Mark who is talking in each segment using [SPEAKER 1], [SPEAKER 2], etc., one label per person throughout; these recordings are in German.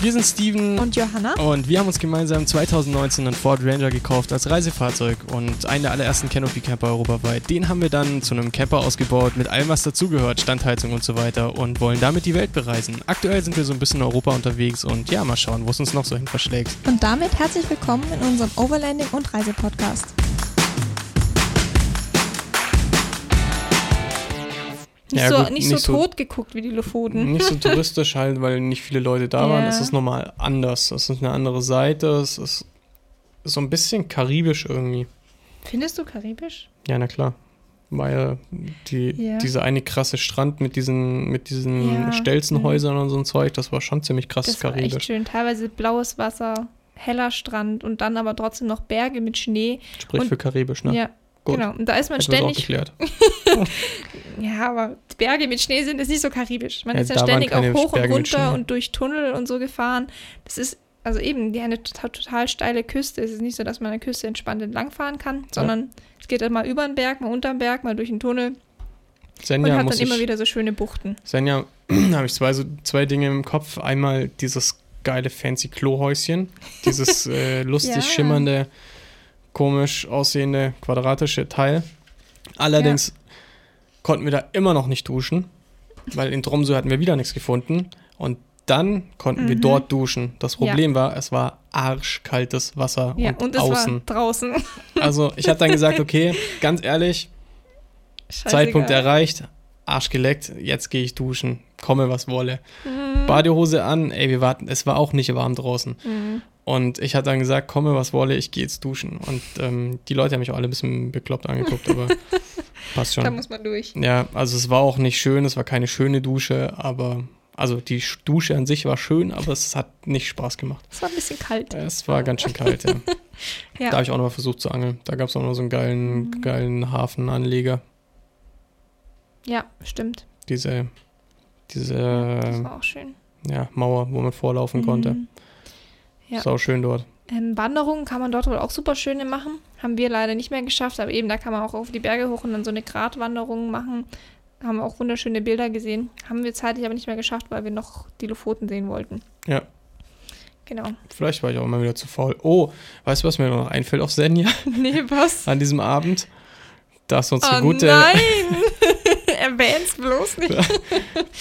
[SPEAKER 1] Wir sind Steven
[SPEAKER 2] Und Johanna?
[SPEAKER 1] und wir haben uns gemeinsam 2019 einen Ford Ranger gekauft als Reisefahrzeug und einen der allerersten Canopy Camper europaweit. Den haben wir dann zu einem Camper ausgebaut mit allem, was dazugehört, Standheizung und so weiter und wollen damit die Welt bereisen. Aktuell sind wir so ein bisschen in Europa unterwegs und ja, mal schauen, wo es uns noch so hin verschlägt.
[SPEAKER 2] Und damit herzlich willkommen in unserem Overlanding und Reisepodcast. Nicht
[SPEAKER 1] Ja,
[SPEAKER 2] so,
[SPEAKER 1] gut, nicht
[SPEAKER 2] nicht so
[SPEAKER 1] so-
[SPEAKER 2] tot geguckt wie die Lofoten.
[SPEAKER 1] Nicht so touristisch halt, weil nicht viele Leute da
[SPEAKER 2] Ja.
[SPEAKER 1] waren. Es ist nochmal anders. Es ist eine andere Seite. Es ist so ein bisschen karibisch irgendwie.
[SPEAKER 2] Findest du karibisch?
[SPEAKER 1] Ja, na klar. War ja die,
[SPEAKER 2] Ja.
[SPEAKER 1] dieser eine krasse Strand mit diesen, mit diesen
[SPEAKER 2] Ja, Mhm.
[SPEAKER 1] Stelzenhäusern und so ein Zeug, das war schon ziemlich krass
[SPEAKER 2] Das war echt
[SPEAKER 1] karibisch.
[SPEAKER 2] schön. Teilweise blaues Wasser, heller Strand und dann aber trotzdem noch Berge mit Schnee.
[SPEAKER 1] Sprich
[SPEAKER 2] und-
[SPEAKER 1] für karibisch, ne?
[SPEAKER 2] Ja,
[SPEAKER 1] Gut.
[SPEAKER 2] genau. Und da ist man
[SPEAKER 1] Hätten wir auch
[SPEAKER 2] ständig.
[SPEAKER 1] geklärt.
[SPEAKER 2] Ja, aber Berge mit Schnee sind ist nicht so karibisch. Man
[SPEAKER 1] Ja,
[SPEAKER 2] ist ja
[SPEAKER 1] da waren
[SPEAKER 2] ständig auch
[SPEAKER 1] keine
[SPEAKER 2] hoch und
[SPEAKER 1] Berge mit
[SPEAKER 2] runter
[SPEAKER 1] Schnee.
[SPEAKER 2] und durch Tunnel und so gefahren. Das ist also eben die eine total, total steile Küste. Es ist nicht so, dass man an der Küste entspannt entlangfahren kann, sondern es geht dann mal über den Berg, mal unter den Berg, mal durch den Tunnel und
[SPEAKER 1] Senja
[SPEAKER 2] hat
[SPEAKER 1] muss
[SPEAKER 2] dann immer
[SPEAKER 1] ich,
[SPEAKER 2] wieder so schöne Buchten.
[SPEAKER 1] Senja habe ich zwei, so, zwei Dinge im Kopf. Einmal dieses geile fancy Klohäuschen, dieses äh, lustig
[SPEAKER 2] Ja.
[SPEAKER 1] schimmernde, komisch aussehende quadratische Teil. Allerdings konnten wir da immer noch nicht duschen, weil in Tromsø hatten wir wieder nichts gefunden. Und dann konnten wir
[SPEAKER 2] Mhm.
[SPEAKER 1] dort duschen. Das Problem war, es war arschkaltes Wasser
[SPEAKER 2] Ja,
[SPEAKER 1] und,
[SPEAKER 2] und es war
[SPEAKER 1] außen.
[SPEAKER 2] draußen.
[SPEAKER 1] Also ich habe dann gesagt, okay, ganz ehrlich, Zeitpunkt
[SPEAKER 2] Scheißegal.
[SPEAKER 1] erreicht, Arsch geleckt, jetzt gehe ich duschen, komme was wolle. Badehose an, ey, wir warten, es war auch nicht warm draußen.
[SPEAKER 2] Mhm.
[SPEAKER 1] Und ich hatte dann gesagt, komme was wolle, ich gehe jetzt duschen. Und ähm, die Leute haben mich auch alle ein bisschen bekloppt angeguckt, aber passt
[SPEAKER 2] Da
[SPEAKER 1] schon.
[SPEAKER 2] muss man durch.
[SPEAKER 1] Ja, also es war auch nicht schön, es war keine schöne Dusche, aber also die Sch- Dusche an sich war schön, aber es hat nicht Spaß gemacht.
[SPEAKER 2] Es war ein bisschen kalt.
[SPEAKER 1] Es war ganz schön kalt, ja. Da
[SPEAKER 2] Ja.
[SPEAKER 1] habe ich auch nochmal versucht zu angeln. Da gab es auch noch so einen
[SPEAKER 2] Mhm.
[SPEAKER 1] geilen, geilen Hafenanleger.
[SPEAKER 2] ja, stimmt.
[SPEAKER 1] diese, diese
[SPEAKER 2] Das
[SPEAKER 1] äh,
[SPEAKER 2] war auch schön.
[SPEAKER 1] ja, Mauer, wo man vorlaufen konnte.
[SPEAKER 2] Mhm. ja.
[SPEAKER 1] Ist auch schön dort.
[SPEAKER 2] Ähm, Wanderungen kann man dort wohl auch super schöne machen. Haben wir leider nicht mehr geschafft, aber eben da kann man auch auf die Berge hoch und dann so eine Gratwanderung machen. Haben wir auch wunderschöne Bilder gesehen. Haben wir zeitlich aber nicht mehr geschafft, weil wir noch die Lofoten sehen wollten.
[SPEAKER 1] Ja.
[SPEAKER 2] Genau.
[SPEAKER 1] Vielleicht war ich auch mal wieder zu faul. Oh, weißt du, was mir noch einfällt auf Senja
[SPEAKER 2] Nee, was?
[SPEAKER 1] an diesem Abend? Dass uns
[SPEAKER 2] Oh
[SPEAKER 1] eine gute,
[SPEAKER 2] nein! Erwähn's bloß nicht.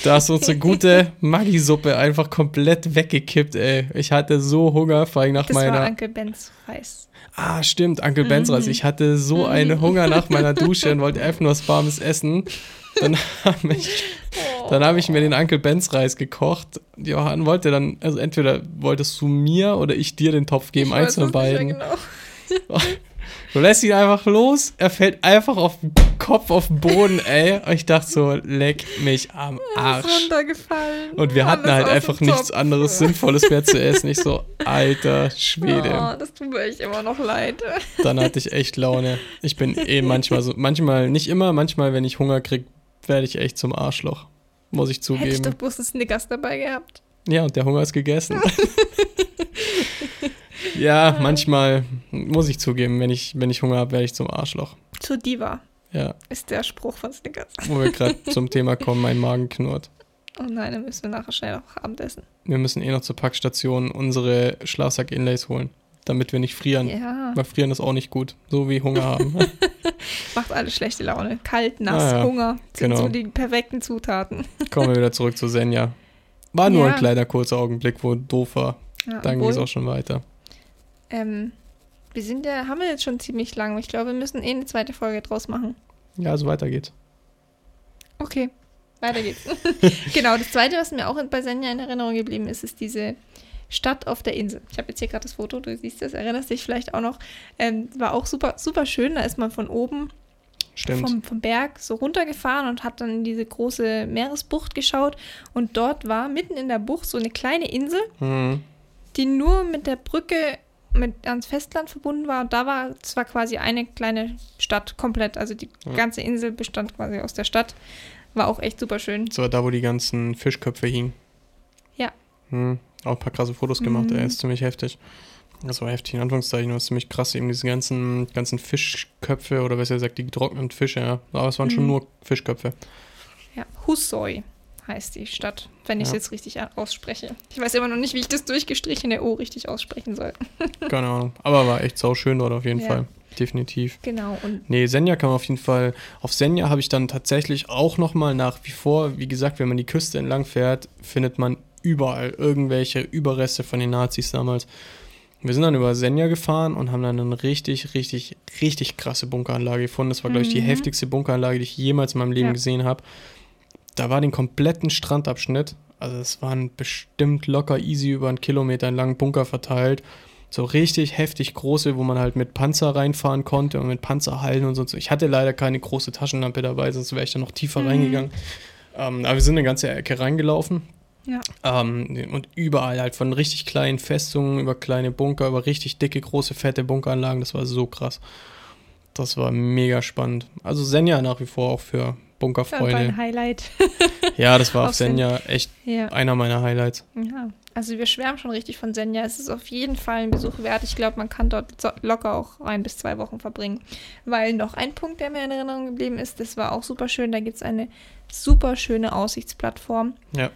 [SPEAKER 1] dass uns eine gute Maggi-Suppe einfach komplett weggekippt, ey. Ich hatte so Hunger, vor allem nach
[SPEAKER 2] Das war
[SPEAKER 1] meiner.
[SPEAKER 2] Uncle Bens Reis.
[SPEAKER 1] Ah, stimmt, Uncle Ben's Reis.
[SPEAKER 2] Mhm.
[SPEAKER 1] Ich hatte so einen Hunger nach meiner Dusche und wollte einfach nur was Warmes essen. Dann habe ich Dann habe ich mir den Uncle Ben's Reis gekocht. Johann wollte dann, also entweder wolltest du mir oder ich dir den Topf geben, eins von beiden.
[SPEAKER 2] Genau.
[SPEAKER 1] Du lässt ihn einfach los, er fällt einfach auf den Kopf auf den Boden, ey. Und ich dachte so, leck mich am
[SPEAKER 2] Ist
[SPEAKER 1] Arsch.
[SPEAKER 2] runtergefallen.
[SPEAKER 1] Und wir hatten
[SPEAKER 2] Alles
[SPEAKER 1] halt
[SPEAKER 2] aus dem
[SPEAKER 1] einfach nichts
[SPEAKER 2] Topf.
[SPEAKER 1] anderes Sinnvolles mehr zu essen. Ich so, alter Schwede.
[SPEAKER 2] Oh, das tut mir echt immer noch leid.
[SPEAKER 1] Dann hatte ich echt Laune. Ich bin eh manchmal so, manchmal, nicht immer, manchmal, wenn ich Hunger krieg, werde ich echt zum Arschloch. Muss ich
[SPEAKER 2] Hätte ich doch
[SPEAKER 1] zugeben.
[SPEAKER 2] bloß einen Snickers dabei gehabt.
[SPEAKER 1] Ja, und der Hunger ist gegessen. ja, manchmal muss ich zugeben, wenn ich, wenn ich Hunger habe, werde ich zum Arschloch.
[SPEAKER 2] Zur Diva
[SPEAKER 1] Ja,
[SPEAKER 2] ist der Spruch von Snickers.
[SPEAKER 1] wo wir gerade zum Thema kommen, mein Magen knurrt.
[SPEAKER 2] Oh nein, dann müssen wir nachher schnell noch Abendessen.
[SPEAKER 1] Wir müssen eh noch zur Packstation unsere Schlafsack-Inlays holen, damit wir nicht frieren.
[SPEAKER 2] Ja,
[SPEAKER 1] Weil frieren ist auch nicht gut, so wie Hunger haben.
[SPEAKER 2] macht alle schlechte Laune. Kalt, nass,
[SPEAKER 1] Ah ja,
[SPEAKER 2] Hunger sind
[SPEAKER 1] genau.
[SPEAKER 2] so die perfekten Zutaten.
[SPEAKER 1] Kommen wir wieder zurück zu Senja. War nur
[SPEAKER 2] Ja.
[SPEAKER 1] ein kleiner kurzer Augenblick, wo doof war.
[SPEAKER 2] Ja,
[SPEAKER 1] Dann ging
[SPEAKER 2] obwohl,
[SPEAKER 1] es auch schon weiter.
[SPEAKER 2] ähm, wir sind ja, haben wir jetzt schon ziemlich lang. Ich glaube, wir müssen eh eine zweite Folge draus machen.
[SPEAKER 1] Ja, also weiter geht's.
[SPEAKER 2] Okay, weiter geht's. genau, das Zweite, was mir auch in- bei Senja in Erinnerung geblieben ist, ist diese Stadt auf der Insel. Ich habe jetzt hier gerade das Foto, du siehst das, erinnerst dich vielleicht auch noch. Ähm, war auch super, super schön. Da ist man von oben
[SPEAKER 1] Stimmt.
[SPEAKER 2] vom, vom Berg so runtergefahren und hat dann in diese große Meeresbucht geschaut. Und dort war mitten in der Bucht so eine kleine Insel,
[SPEAKER 1] Hm.
[SPEAKER 2] die nur mit der Brücke mit ans Festland verbunden war. Und da war es war quasi eine kleine Stadt komplett. Also die
[SPEAKER 1] Ja.
[SPEAKER 2] ganze Insel bestand quasi aus der Stadt. War auch echt super schön.
[SPEAKER 1] So, da wo die ganzen Fischköpfe hingen.
[SPEAKER 2] Ja.
[SPEAKER 1] Hm. Auch ein paar krasse Fotos gemacht,
[SPEAKER 2] Mhm.
[SPEAKER 1] er ist ziemlich heftig. Das war heftig in Anführungszeichen, aber es ist ziemlich krass, eben diese ganzen, ganzen Fischköpfe oder besser gesagt die getrockneten Fische, ja. Aber es waren schon
[SPEAKER 2] Mhm.
[SPEAKER 1] nur Fischköpfe.
[SPEAKER 2] Ja. Husoi heißt die Stadt, wenn ich es
[SPEAKER 1] Ja.
[SPEAKER 2] jetzt richtig a- ausspreche. Ich weiß immer noch nicht, wie ich das durchgestrichene O richtig aussprechen soll.
[SPEAKER 1] Keine Ahnung. Aber war echt sauschön dort auf jeden
[SPEAKER 2] Ja.
[SPEAKER 1] Fall. Definitiv.
[SPEAKER 2] Genau, und
[SPEAKER 1] Nee, Senja kann man auf jeden Fall. Auf Senja habe ich dann tatsächlich auch nochmal nach wie vor, wie gesagt, wenn man die Küste entlang fährt, findet man überall irgendwelche Überreste von den Nazis damals. Wir sind dann über Senja gefahren und haben dann eine richtig, richtig, richtig krasse Bunkeranlage gefunden. Das war, glaube ich, die
[SPEAKER 2] Mhm.
[SPEAKER 1] heftigste Bunkeranlage, die ich jemals in meinem Leben
[SPEAKER 2] Ja.
[SPEAKER 1] gesehen habe. Da war den kompletten Strandabschnitt. Also es waren bestimmt locker easy über einen Kilometer lang Bunker verteilt. So richtig heftig große, wo man halt mit Panzer reinfahren konnte und mit Panzerhallen und so. Ich hatte leider keine große Taschenlampe dabei, sonst wäre ich dann noch tiefer
[SPEAKER 2] Mhm.
[SPEAKER 1] reingegangen. Ähm, aber wir sind eine ganze Ecke reingelaufen.
[SPEAKER 2] Ja.
[SPEAKER 1] Ähm, und überall halt von richtig kleinen Festungen über kleine Bunker, über richtig dicke, große, fette Bunkeranlagen. Das war so krass. Das war mega spannend. Also Senja nach wie vor auch für
[SPEAKER 2] ja, war ein
[SPEAKER 1] Bunkerfreunde.
[SPEAKER 2] Highlight.
[SPEAKER 1] Ja, das war auf
[SPEAKER 2] Auf Sen-
[SPEAKER 1] Senja echt
[SPEAKER 2] ja.
[SPEAKER 1] einer meiner Highlights.
[SPEAKER 2] Ja, also wir schwärmen schon richtig von Senja. Es ist auf jeden Fall ein Besuch wert. Ich glaube, man kann dort so- locker auch ein bis zwei Wochen verbringen. Weil noch ein Punkt, der mir in Erinnerung geblieben ist, das war auch super schön. Da gibt es eine super schöne Aussichtsplattform.
[SPEAKER 1] Ja.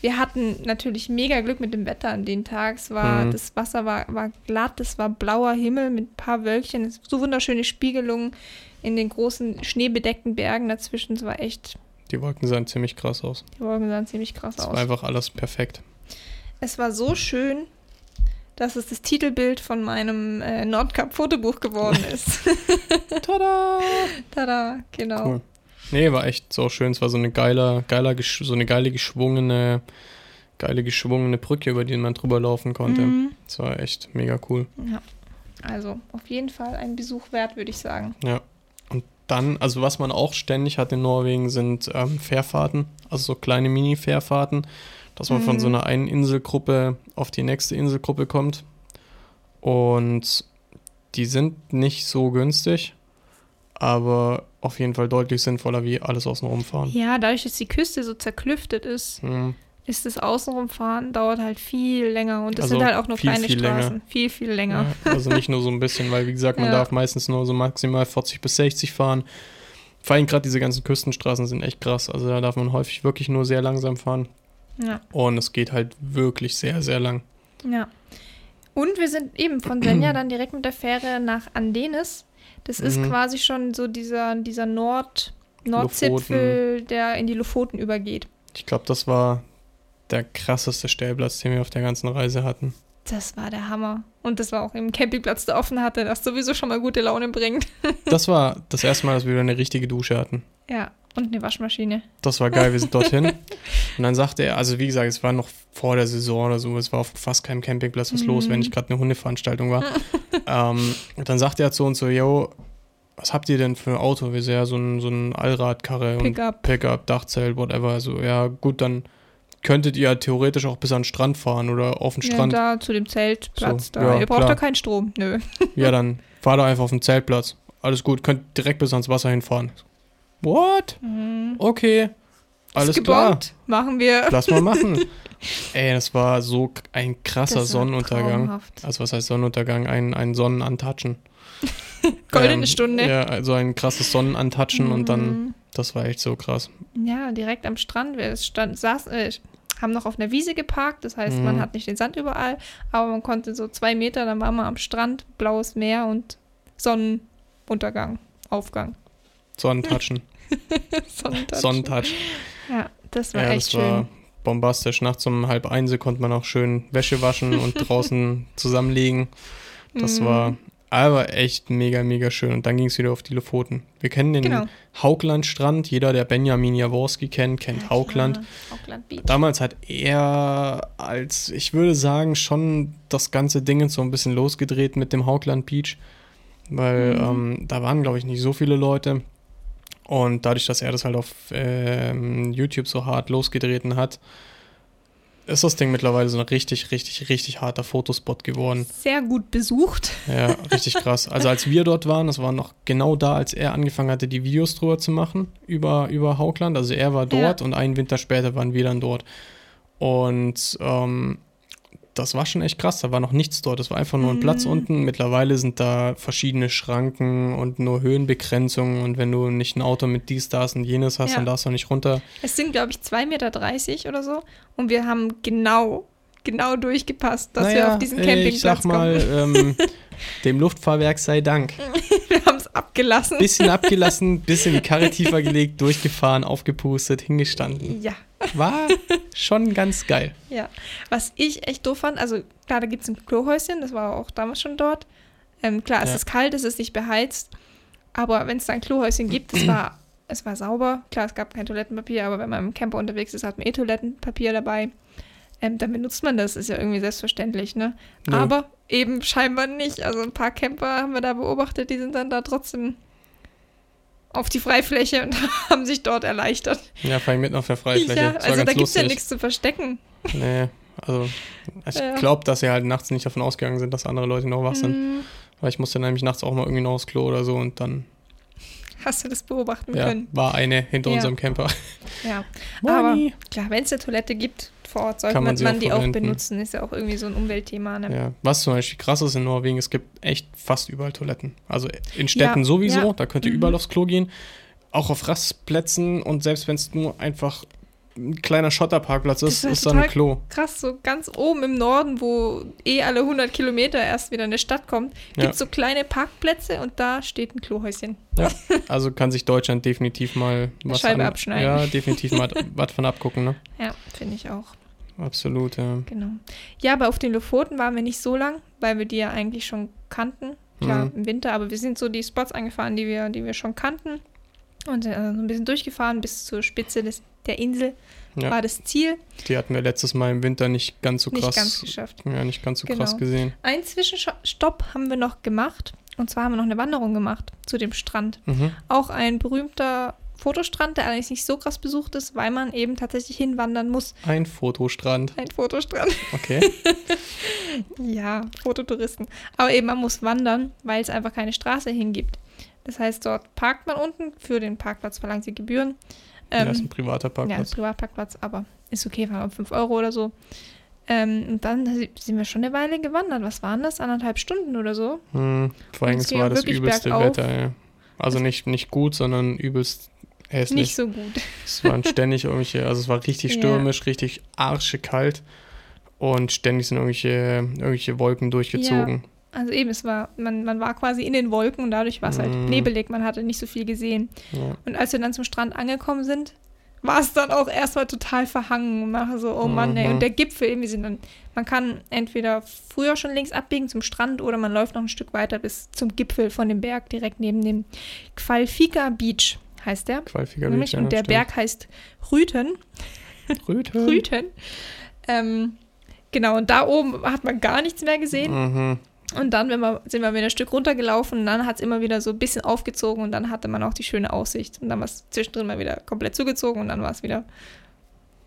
[SPEAKER 2] Wir hatten natürlich mega Glück mit dem Wetter an den Tag. Es war,
[SPEAKER 1] Mhm.
[SPEAKER 2] Das Wasser war, war glatt, es war blauer Himmel mit ein paar Wölkchen. Es- So wunderschöne Spiegelungen in den großen schneebedeckten Bergen dazwischen. Es war echt,
[SPEAKER 1] Die Wolken sahen ziemlich krass aus.
[SPEAKER 2] die Wolken sahen ziemlich krass
[SPEAKER 1] Es
[SPEAKER 2] aus.
[SPEAKER 1] war einfach alles perfekt.
[SPEAKER 2] Es war so schön, dass es das Titelbild von meinem äh, Nordcup-Fotobuch geworden ist.
[SPEAKER 1] Tada!
[SPEAKER 2] Tada, genau.
[SPEAKER 1] Cool. Nee, war echt so schön. Es war so eine geiler, geiler, gesch- so eine geile geschwungene, geile geschwungene Brücke, über die man drüber laufen konnte.
[SPEAKER 2] Mhm.
[SPEAKER 1] Es war echt mega cool.
[SPEAKER 2] Ja. Also auf jeden Fall ein Besuch wert, würde ich sagen.
[SPEAKER 1] Ja. Und dann, also was man auch ständig hat in Norwegen, sind ähm, Fährfahrten, also so kleine Mini-Fährfahrten, dass man von
[SPEAKER 2] Mhm.
[SPEAKER 1] so einer einen Inselgruppe auf die nächste Inselgruppe kommt. Und die sind nicht so günstig, aber auf jeden Fall deutlich sinnvoller wie alles außen rumfahren.
[SPEAKER 2] Ja, dadurch, dass die Küste so zerklüftet ist,
[SPEAKER 1] Mhm.
[SPEAKER 2] ist das Außenrumfahren dauert halt viel länger. Und das
[SPEAKER 1] Also
[SPEAKER 2] sind halt auch nur
[SPEAKER 1] viel,
[SPEAKER 2] kleine
[SPEAKER 1] viel länger.
[SPEAKER 2] Straßen. Viel, viel länger.
[SPEAKER 1] Ja, also nicht nur so ein bisschen, weil wie gesagt, man
[SPEAKER 2] Ja.
[SPEAKER 1] darf meistens nur so maximal 40 bis 60 fahren. Vor allem gerade diese ganzen Küstenstraßen sind echt krass. Also da darf man häufig wirklich nur sehr langsam fahren.
[SPEAKER 2] Ja.
[SPEAKER 1] Und es geht halt wirklich sehr, sehr lang.
[SPEAKER 2] Ja. Und wir sind eben von Senja dann direkt mit der Fähre nach Andenes. Das ist
[SPEAKER 1] Mhm.
[SPEAKER 2] quasi schon so dieser, dieser Nord, Nordzipfel, der in die Lofoten übergeht.
[SPEAKER 1] Ich glaube, das war der krasseste Stellplatz, den wir auf der ganzen Reise hatten.
[SPEAKER 2] Das war der Hammer. Und das war auch eben ein Campingplatz, der offen hatte, das sowieso schon mal gute Laune bringt.
[SPEAKER 1] Das war das erste Mal, dass wir wieder eine richtige Dusche hatten.
[SPEAKER 2] Ja, und eine Waschmaschine.
[SPEAKER 1] Das war geil, wir sind dorthin. Und dann sagte er, also wie gesagt, es war noch vor der Saison oder so, es war auf fast keinem Campingplatz was los,
[SPEAKER 2] Mhm.
[SPEAKER 1] wenn nicht gerade eine Hundeveranstaltung war. ähm, und dann sagte er zu uns so, yo, was habt ihr denn für ein Auto? Wir sehen ja so ein, so ein Allradkarre und
[SPEAKER 2] Pickup.
[SPEAKER 1] Pickup, Dachzelt, whatever. Also ja, gut, dann könntet ihr theoretisch auch bis an den Strand fahren oder auf den
[SPEAKER 2] Ja,
[SPEAKER 1] Strand. Ja,
[SPEAKER 2] da zu dem Zeltplatz
[SPEAKER 1] So,
[SPEAKER 2] da.
[SPEAKER 1] ja,
[SPEAKER 2] Ihr braucht
[SPEAKER 1] klar.
[SPEAKER 2] da keinen Strom. Nö.
[SPEAKER 1] dann fahr doch einfach auf den Zeltplatz. Alles gut, könnt direkt bis ans Wasser hinfahren. What? Okay. Alles
[SPEAKER 2] Mhm. Ist
[SPEAKER 1] klar.
[SPEAKER 2] gebombt. Machen wir.
[SPEAKER 1] Lass mal machen. Ey, das war so k- ein krasser
[SPEAKER 2] Das war
[SPEAKER 1] Sonnenuntergang.
[SPEAKER 2] traumhaft.
[SPEAKER 1] Also was heißt Sonnenuntergang? Ein, ein Sonnenantatschen.
[SPEAKER 2] Goldene
[SPEAKER 1] Ähm,
[SPEAKER 2] Stunde. Mhm.
[SPEAKER 1] Ja, also ein krasses Sonnenantatschen und dann, das war echt so krass.
[SPEAKER 2] Ja, direkt am Strand. Wir stand, saßen, äh, haben noch auf einer Wiese geparkt, das heißt,
[SPEAKER 1] Mhm.
[SPEAKER 2] man hat nicht den Sand überall, aber man konnte so zwei Meter, dann waren wir am Strand, blaues Meer und Sonnenuntergang, Aufgang.
[SPEAKER 1] Sonnentatschen.
[SPEAKER 2] Sonnentouch.
[SPEAKER 1] Sonnentatschen.
[SPEAKER 2] Ja, das war
[SPEAKER 1] Ja,
[SPEAKER 2] echt
[SPEAKER 1] das war
[SPEAKER 2] schön.
[SPEAKER 1] bombastisch. Nachts um halb eins konnte man auch schön Wäsche waschen und draußen zusammenlegen. Das
[SPEAKER 2] Mhm.
[SPEAKER 1] war aber echt mega, mega schön. Und dann ging es wieder auf die Lofoten. Wir kennen den
[SPEAKER 2] Genau.
[SPEAKER 1] Hauglandstrand. Jeder, der Benjamin Jaworski kennt, kennt
[SPEAKER 2] Ja,
[SPEAKER 1] Haugland.
[SPEAKER 2] klar. Haugland Beach.
[SPEAKER 1] Damals hat er als, ich würde sagen, schon das ganze Ding jetzt so ein bisschen losgedreht mit dem Haugland Beach, weil ähm, da waren, glaube ich, nicht so viele Leute. Und dadurch, dass er das halt auf ähm, YouTube so hart losgetreten hat, ist das Ding mittlerweile so ein richtig, richtig, richtig harter Fotospot geworden.
[SPEAKER 2] Sehr gut besucht.
[SPEAKER 1] Ja, richtig krass. Also als wir dort waren, das war noch genau da, als er angefangen hatte, die Videos drüber zu machen, über, über Haugland. Also er war dort und einen Winter später waren wir dann dort. Und ähm, das war schon echt krass. Da war noch nichts dort. Das war einfach nur ein
[SPEAKER 2] Mhm.
[SPEAKER 1] Platz unten. Mittlerweile sind da verschiedene Schranken und nur Höhenbegrenzungen. Und wenn du nicht ein Auto mit dies, das und jenes hast,
[SPEAKER 2] Ja.
[SPEAKER 1] dann darfst du nicht runter.
[SPEAKER 2] Es sind, glaube ich, 2,30 Meter oder so. Und wir haben genau, genau durchgepasst, dass wir auf diesen Campingplatz
[SPEAKER 1] äh, ich sag mal,
[SPEAKER 2] kommen.
[SPEAKER 1] ähm, dem Luftfahrwerk sei Dank.
[SPEAKER 2] Wir haben es abgelassen.
[SPEAKER 1] Bisschen abgelassen, bisschen die Karre tiefer gelegt, durchgefahren, aufgepustet, hingestanden.
[SPEAKER 2] ja.
[SPEAKER 1] War schon ganz geil.
[SPEAKER 2] Ja, was ich echt doof fand, also klar, da gibt es ein Klohäuschen, das war auch damals schon dort. Ähm, klar, es
[SPEAKER 1] Ja.
[SPEAKER 2] ist kalt, es ist nicht beheizt, aber wenn es da ein Klohäuschen gibt, es war, es war sauber. Klar, es gab kein Toilettenpapier, aber wenn man im Camper unterwegs ist, hat man eh Toilettenpapier dabei. Ähm, dann benutzt man das, ist ja irgendwie selbstverständlich, ne?
[SPEAKER 1] Nö.
[SPEAKER 2] Aber eben scheinbar nicht. Also ein paar Camper haben wir da beobachtet, die sind dann da trotzdem auf die Freifläche und haben sich dort erleichtert.
[SPEAKER 1] Ja, vor allem mitten auf der Freifläche.
[SPEAKER 2] Ja,
[SPEAKER 1] Das war
[SPEAKER 2] also da
[SPEAKER 1] ganz
[SPEAKER 2] gibt es ja
[SPEAKER 1] lustig.
[SPEAKER 2] nichts zu verstecken.
[SPEAKER 1] Nee, also ich
[SPEAKER 2] Ja.
[SPEAKER 1] glaube, dass sie halt nachts nicht davon ausgegangen sind, dass andere Leute noch wach sind.
[SPEAKER 2] Mhm.
[SPEAKER 1] Weil ich musste nämlich nachts auch mal irgendwie noch aufs Klo oder so und dann
[SPEAKER 2] hast du das beobachten
[SPEAKER 1] ja,
[SPEAKER 2] können.
[SPEAKER 1] war eine hinter
[SPEAKER 2] Ja.
[SPEAKER 1] unserem Camper.
[SPEAKER 2] Ja. Aber
[SPEAKER 1] Moni.
[SPEAKER 2] klar, wenn es eine Toilette gibt vor Ort, sollte
[SPEAKER 1] Kann man
[SPEAKER 2] man,
[SPEAKER 1] sie auch
[SPEAKER 2] die auch
[SPEAKER 1] verwenden.
[SPEAKER 2] benutzen. Ist ja auch irgendwie so ein Umweltthema. Ne?
[SPEAKER 1] Ja, was zum Beispiel krass ist in Norwegen, es gibt echt fast überall Toiletten. Also in Städten
[SPEAKER 2] Ja,
[SPEAKER 1] sowieso,
[SPEAKER 2] ja.
[SPEAKER 1] da könnt ihr
[SPEAKER 2] Mhm.
[SPEAKER 1] überall aufs Klo gehen. Auch auf Rastplätzen und selbst wenn es nur einfach ein kleiner Schotterparkplatz
[SPEAKER 2] Das
[SPEAKER 1] ist,
[SPEAKER 2] war
[SPEAKER 1] ist da ein
[SPEAKER 2] total
[SPEAKER 1] Klo.
[SPEAKER 2] Krass, so ganz oben im Norden, wo eh alle 100 Kilometer erst wieder eine Stadt kommt,
[SPEAKER 1] Ja.
[SPEAKER 2] gibt es so kleine Parkplätze und da steht ein Klohäuschen.
[SPEAKER 1] Ja, also kann sich Deutschland definitiv mal
[SPEAKER 2] Eine
[SPEAKER 1] was
[SPEAKER 2] Scheibe
[SPEAKER 1] an-
[SPEAKER 2] abschneiden.
[SPEAKER 1] Ja, definitiv mal was von abgucken, ne?
[SPEAKER 2] Ja, finde ich auch.
[SPEAKER 1] Absolut, ja.
[SPEAKER 2] Genau. Ja, aber auf den Lofoten waren wir nicht so lang, weil wir die ja eigentlich schon kannten. Klar,
[SPEAKER 1] Mhm.
[SPEAKER 2] im Winter, aber wir sind so die Spots angefahren, die wir, die wir schon kannten. Und sind also so ein bisschen durchgefahren bis zur Spitze des, der Insel
[SPEAKER 1] Ja.
[SPEAKER 2] war das Ziel.
[SPEAKER 1] Die hatten wir letztes Mal im Winter nicht ganz so
[SPEAKER 2] Nicht
[SPEAKER 1] krass.
[SPEAKER 2] ganz geschafft.
[SPEAKER 1] ja, nicht ganz so krass
[SPEAKER 2] Genau.
[SPEAKER 1] gesehen.
[SPEAKER 2] Einen Zwischenstopp haben wir noch gemacht. Und zwar haben wir noch eine Wanderung gemacht zu dem Strand.
[SPEAKER 1] Mhm.
[SPEAKER 2] Auch ein berühmter Fotostrand, der allerdings nicht so krass besucht ist, weil man eben tatsächlich hinwandern muss.
[SPEAKER 1] Ein Fotostrand.
[SPEAKER 2] Ein Fotostrand.
[SPEAKER 1] Okay.
[SPEAKER 2] Ja, Fototouristen. Aber eben, man muss wandern, weil es einfach keine Straße hingibt. Das heißt, dort parkt man unten. Für den Parkplatz verlangt sie Gebühren.
[SPEAKER 1] ja, ist ein
[SPEAKER 2] Ähm,
[SPEAKER 1] privater
[SPEAKER 2] ja,
[SPEAKER 1] Parkplatz.
[SPEAKER 2] Privatparkplatz, aber ist okay, waren 5 Euro oder so. Ähm, und dann sind wir schon eine Weile gewandert. Was waren das? Anderthalb Stunden oder so?
[SPEAKER 1] Hm, vor allem,
[SPEAKER 2] Und es
[SPEAKER 1] es
[SPEAKER 2] ging
[SPEAKER 1] war
[SPEAKER 2] ja
[SPEAKER 1] das
[SPEAKER 2] wirklich
[SPEAKER 1] übelste
[SPEAKER 2] bergauf.
[SPEAKER 1] Wetter. Ja. Also nicht, nicht gut, sondern übelst
[SPEAKER 2] Nicht
[SPEAKER 1] hässlich.
[SPEAKER 2] so gut.
[SPEAKER 1] Es waren ständig irgendwelche, also es war richtig
[SPEAKER 2] Ja.
[SPEAKER 1] stürmisch, richtig arschekalt. Und ständig sind irgendwelche, irgendwelche Wolken durchgezogen.
[SPEAKER 2] Also eben, es war, man, man war quasi in den Wolken und dadurch war es halt
[SPEAKER 1] Mhm.
[SPEAKER 2] nebelig, man hatte nicht so viel gesehen.
[SPEAKER 1] Ja.
[SPEAKER 2] Und als wir dann zum Strand angekommen sind, war es dann auch erstmal total verhangen und nachher so, oh Mann, ey,
[SPEAKER 1] Mhm.
[SPEAKER 2] und der Gipfel, irgendwie sind dann, man kann entweder früher schon links abbiegen zum Strand oder man läuft noch ein Stück weiter bis zum Gipfel von dem Berg, direkt neben dem Qualfica Beach heißt der.
[SPEAKER 1] Qualfiger Beach,
[SPEAKER 2] Nämlich,
[SPEAKER 1] ja,
[SPEAKER 2] und der
[SPEAKER 1] stimmt.
[SPEAKER 2] Berg heißt Rüten.
[SPEAKER 1] Röte.
[SPEAKER 2] Rüten. Ähm, genau, und da oben hat man gar nichts mehr gesehen.
[SPEAKER 1] Mhm.
[SPEAKER 2] Und dann wenn wir, sind wir wieder ein Stück runtergelaufen und dann hat es immer wieder so ein bisschen aufgezogen und dann hatte man auch die schöne Aussicht. Und dann war es zwischendrin mal wieder komplett zugezogen und dann war es wieder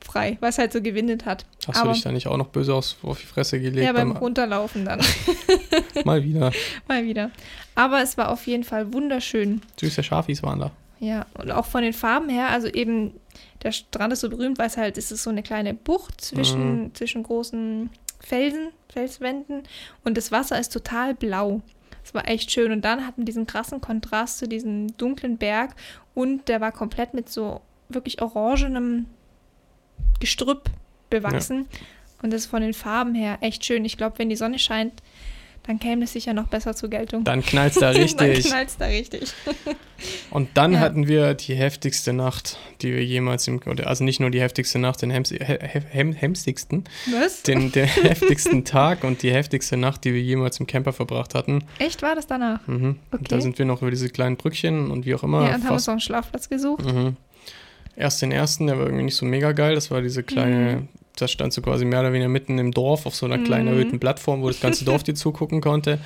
[SPEAKER 2] frei, was halt so gewindet hat.
[SPEAKER 1] Hast
[SPEAKER 2] Aber-
[SPEAKER 1] du dich da nicht auch noch böse aufs- auf die Fresse gelegt?
[SPEAKER 2] ja, beim Runterlaufen dann
[SPEAKER 1] mal wieder.
[SPEAKER 2] mal wieder. Aber es war auf jeden Fall wunderschön.
[SPEAKER 1] Süße Schafis waren da.
[SPEAKER 2] Ja, und auch von den Farben her, also eben der Strand ist so berühmt, weil es halt es ist so eine kleine Bucht zwischen,
[SPEAKER 1] Mhm.
[SPEAKER 2] zwischen großen Felsen, Felswänden und das Wasser ist total blau. Es war echt schön und dann hatten wir diesen krassen Kontrast zu diesem dunklen Berg und der war komplett mit so wirklich orangenem Gestrüpp bewachsen und das ist von den Farben her echt schön. Ich glaube, wenn die Sonne scheint, dann käme es sicher noch besser zur Geltung.
[SPEAKER 1] Dann knallst da richtig.
[SPEAKER 2] dann knallt's da richtig.
[SPEAKER 1] Und dann
[SPEAKER 2] Ja.
[SPEAKER 1] hatten wir die heftigste Nacht, die wir jemals im, oder also nicht nur die heftigste Nacht, den hems- he- he- hemstigsten,
[SPEAKER 2] Was?
[SPEAKER 1] den, den heftigsten Tag und die heftigste Nacht, die wir jemals im Camper verbracht hatten.
[SPEAKER 2] Echt war das danach?
[SPEAKER 1] Mhm. Und Da
[SPEAKER 2] Okay.
[SPEAKER 1] sind wir noch über diese kleinen Brückchen und wie auch immer.
[SPEAKER 2] Ja, und haben uns
[SPEAKER 1] fast,
[SPEAKER 2] noch einen Schlafplatz gesucht.
[SPEAKER 1] mhm. Erst den ersten, der war irgendwie nicht so mega geil. Das war diese kleine, da stand so quasi mehr oder weniger mitten im Dorf auf so einer kleinen
[SPEAKER 2] Mhm.
[SPEAKER 1] erhöhten Plattform, wo das ganze Dorf dir zugucken konnte.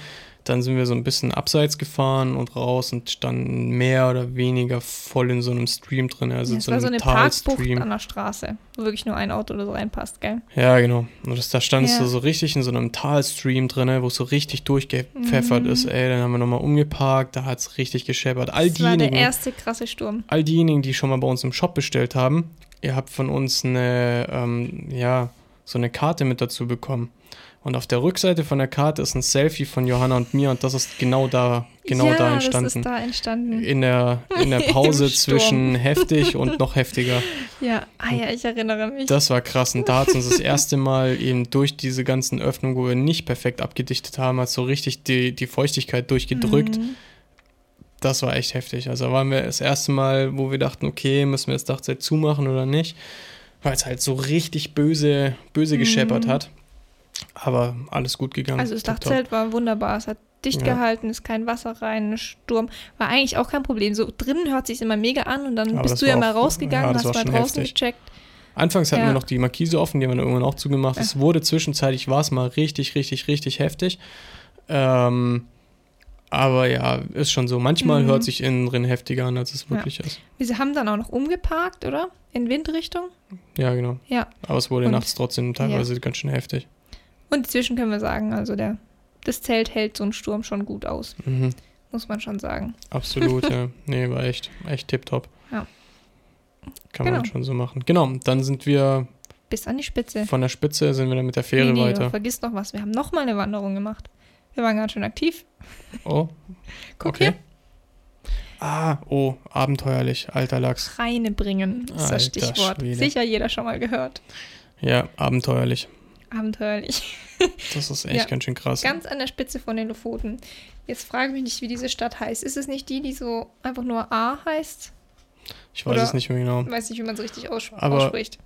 [SPEAKER 1] Dann sind wir so ein bisschen abseits gefahren und raus und standen mehr oder weniger voll in so einem Stream drin, also
[SPEAKER 2] Ja,
[SPEAKER 1] in
[SPEAKER 2] es
[SPEAKER 1] so
[SPEAKER 2] war
[SPEAKER 1] einem
[SPEAKER 2] so eine Parkbucht
[SPEAKER 1] Talstream.
[SPEAKER 2] an der Straße, wo wirklich nur ein Auto oder so reinpasst, gell?
[SPEAKER 1] Ja, genau. Und das, da standest
[SPEAKER 2] Ja.
[SPEAKER 1] du so richtig in so einem Talstream drin, wo es so richtig
[SPEAKER 2] Mhm.
[SPEAKER 1] durchgepfeffert ist, ey. Dann haben wir nochmal umgeparkt, da hat es richtig gescheppert. All
[SPEAKER 2] das war der
[SPEAKER 1] diejenigen,
[SPEAKER 2] erste krasse Sturm.
[SPEAKER 1] all diejenigen, die schon mal bei uns im Shop bestellt haben, ihr habt von uns eine, ähm, ja, so eine Karte mit dazu bekommen. Und auf der Rückseite von der Karte ist ein Selfie von Johanna und mir und das ist genau da, genau
[SPEAKER 2] ja,
[SPEAKER 1] da
[SPEAKER 2] das
[SPEAKER 1] entstanden. Äh,
[SPEAKER 2] ist da entstanden.
[SPEAKER 1] In der, in der
[SPEAKER 2] Im
[SPEAKER 1] Pause
[SPEAKER 2] Sturm.
[SPEAKER 1] zwischen heftig und noch heftiger.
[SPEAKER 2] ja, ah ja, ich erinnere mich.
[SPEAKER 1] Das war krass. Und da hat uns das erste Mal eben durch diese ganzen Öffnungen, wo wir nicht perfekt abgedichtet haben, hat so richtig die, die Feuchtigkeit durchgedrückt.
[SPEAKER 2] Mhm.
[SPEAKER 1] Das war echt heftig. Also da waren wir das erste Mal, wo wir dachten, okay, müssen wir das Dachzelt zumachen oder nicht. Weil es halt so richtig böse, böse gescheppert hat. Aber alles gut gegangen.
[SPEAKER 2] Mhm. Also das
[SPEAKER 1] Tipptopp.
[SPEAKER 2] Dachzelt war wunderbar, es hat dicht
[SPEAKER 1] Ja.
[SPEAKER 2] gehalten, ist kein Wasser rein, Sturm war eigentlich auch kein Problem. So drinnen hört sich immer mega an und dann
[SPEAKER 1] Aber das
[SPEAKER 2] bist du ja
[SPEAKER 1] war
[SPEAKER 2] mal
[SPEAKER 1] auch- ja,
[SPEAKER 2] rausgegangen,
[SPEAKER 1] das
[SPEAKER 2] hast
[SPEAKER 1] war
[SPEAKER 2] mal
[SPEAKER 1] schon
[SPEAKER 2] draußen
[SPEAKER 1] heftig.
[SPEAKER 2] gecheckt.
[SPEAKER 1] Anfangs hatten
[SPEAKER 2] Ja.
[SPEAKER 1] wir noch die Markise offen, die haben wir dann irgendwann auch zugemacht. Es wurde zwischenzeitlich, war es mal richtig, richtig, richtig heftig. Ähm, aber ja, ist schon so. Manchmal
[SPEAKER 2] Mhm.
[SPEAKER 1] hört sich innen drin heftiger an, als es wirklich ist.
[SPEAKER 2] Wir haben dann auch noch umgeparkt, oder? In Windrichtung.
[SPEAKER 1] Ja, genau.
[SPEAKER 2] Ja.
[SPEAKER 1] Aber es wurde
[SPEAKER 2] Und-
[SPEAKER 1] nachts trotzdem teilweise ganz schön heftig.
[SPEAKER 2] Und inzwischen können wir sagen, also der, das Zelt hält so einen Sturm schon gut aus,
[SPEAKER 1] Mhm.
[SPEAKER 2] muss man schon sagen.
[SPEAKER 1] Absolut, ja. Nee, war echt, echt tipptopp.
[SPEAKER 2] Ja.
[SPEAKER 1] Kann man
[SPEAKER 2] Genau.
[SPEAKER 1] schon so machen. Genau, dann sind wir
[SPEAKER 2] Bis an die Spitze.
[SPEAKER 1] von der Spitze, sind wir dann mit der Fähre
[SPEAKER 2] du
[SPEAKER 1] weiter.
[SPEAKER 2] vergisst noch was. Wir haben noch mal eine Wanderung gemacht. Wir waren ganz schön aktiv.
[SPEAKER 1] Oh,
[SPEAKER 2] Guck
[SPEAKER 1] okay.
[SPEAKER 2] hier.
[SPEAKER 1] Ah, oh, abenteuerlich, alter Lachs.
[SPEAKER 2] Reinebringen ist
[SPEAKER 1] Alter
[SPEAKER 2] das Stichwort.
[SPEAKER 1] Schwede.
[SPEAKER 2] Sicher jeder schon mal gehört.
[SPEAKER 1] Ja, abenteuerlich.
[SPEAKER 2] Abenteuerlich.
[SPEAKER 1] Das ist echt
[SPEAKER 2] Ja.
[SPEAKER 1] ganz schön krass.
[SPEAKER 2] Ganz an der Spitze von den Lofoten. Jetzt frage ich mich nicht, wie diese Stadt heißt. Ist es nicht die, die so einfach nur A heißt?
[SPEAKER 1] ich weiß
[SPEAKER 2] oder-
[SPEAKER 1] es nicht mehr genau.
[SPEAKER 2] Weiß nicht, wie man es richtig aussch-
[SPEAKER 1] Aber-
[SPEAKER 2] ausspricht.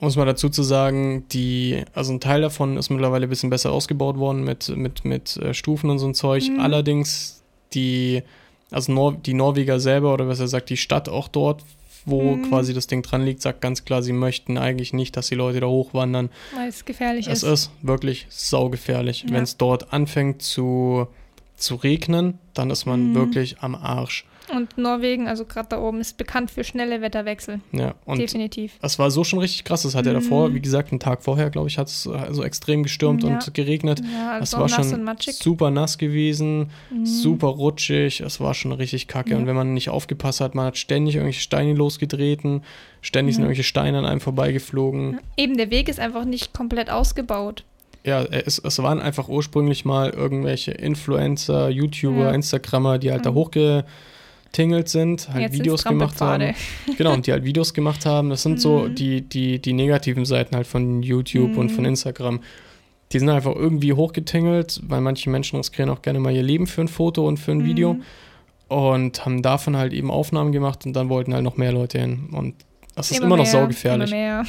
[SPEAKER 1] Muss mal dazu zu sagen, die, also ein Teil davon ist mittlerweile ein bisschen besser ausgebaut worden mit, mit, mit äh, Stufen und so ein Zeug.
[SPEAKER 2] Mhm.
[SPEAKER 1] Allerdings die, also Nor die Norweger selber oder besser gesagt die Stadt auch dort, wo
[SPEAKER 2] Mhm.
[SPEAKER 1] quasi das Ding dran liegt, sagt ganz klar, sie möchten eigentlich nicht, dass die Leute da hochwandern.
[SPEAKER 2] Weil es gefährlich
[SPEAKER 1] es
[SPEAKER 2] ist.
[SPEAKER 1] ist wirklich saugefährlich.
[SPEAKER 2] Ja.
[SPEAKER 1] Wenn es dort anfängt zu, zu regnen, dann ist man
[SPEAKER 2] Mhm.
[SPEAKER 1] wirklich am Arsch.
[SPEAKER 2] Und Norwegen, also gerade da oben, ist bekannt für schnelle Wetterwechsel.
[SPEAKER 1] Ja, und
[SPEAKER 2] Definitiv.
[SPEAKER 1] Das war so schon richtig krass. Das hat ja
[SPEAKER 2] Mhm.
[SPEAKER 1] davor, wie gesagt, einen Tag vorher, glaube ich, hat es äh, so extrem gestürmt
[SPEAKER 2] Ja.
[SPEAKER 1] und geregnet.
[SPEAKER 2] Ja,
[SPEAKER 1] Es
[SPEAKER 2] also
[SPEAKER 1] war
[SPEAKER 2] auch nass und
[SPEAKER 1] schon
[SPEAKER 2] matschig.
[SPEAKER 1] super nass gewesen,
[SPEAKER 2] Mhm.
[SPEAKER 1] super rutschig. Es war schon richtig kacke.
[SPEAKER 2] Ja.
[SPEAKER 1] Und wenn man nicht aufgepasst hat, man hat ständig irgendwelche Steine losgetreten, ständig sind
[SPEAKER 2] Ja.
[SPEAKER 1] irgendwelche Steine an einem vorbeigeflogen.
[SPEAKER 2] Eben, der Weg ist einfach nicht komplett ausgebaut.
[SPEAKER 1] Ja, es, es waren einfach ursprünglich mal irgendwelche Influencer, YouTuber,
[SPEAKER 2] Ja. Mhm.
[SPEAKER 1] Instagrammer, die halt da hochgetingelt sind, halt
[SPEAKER 2] Jetzt sind's
[SPEAKER 1] Videos gemacht haben.
[SPEAKER 2] Trampelpfade.
[SPEAKER 1] Genau, und die halt Videos gemacht haben. Das sind so
[SPEAKER 2] Mhm.
[SPEAKER 1] die, die, die negativen Seiten halt von YouTube und von Instagram. Die sind einfach irgendwie hochgetingelt, weil manche Menschen riskieren auch gerne mal ihr Leben für ein Foto und
[SPEAKER 2] Mhm.
[SPEAKER 1] für ein Video und haben davon halt eben Aufnahmen gemacht und dann wollten halt noch mehr Leute hin. Und das ist immer, noch
[SPEAKER 2] mehr,
[SPEAKER 1] saugefährlich.
[SPEAKER 2] Immer mehr.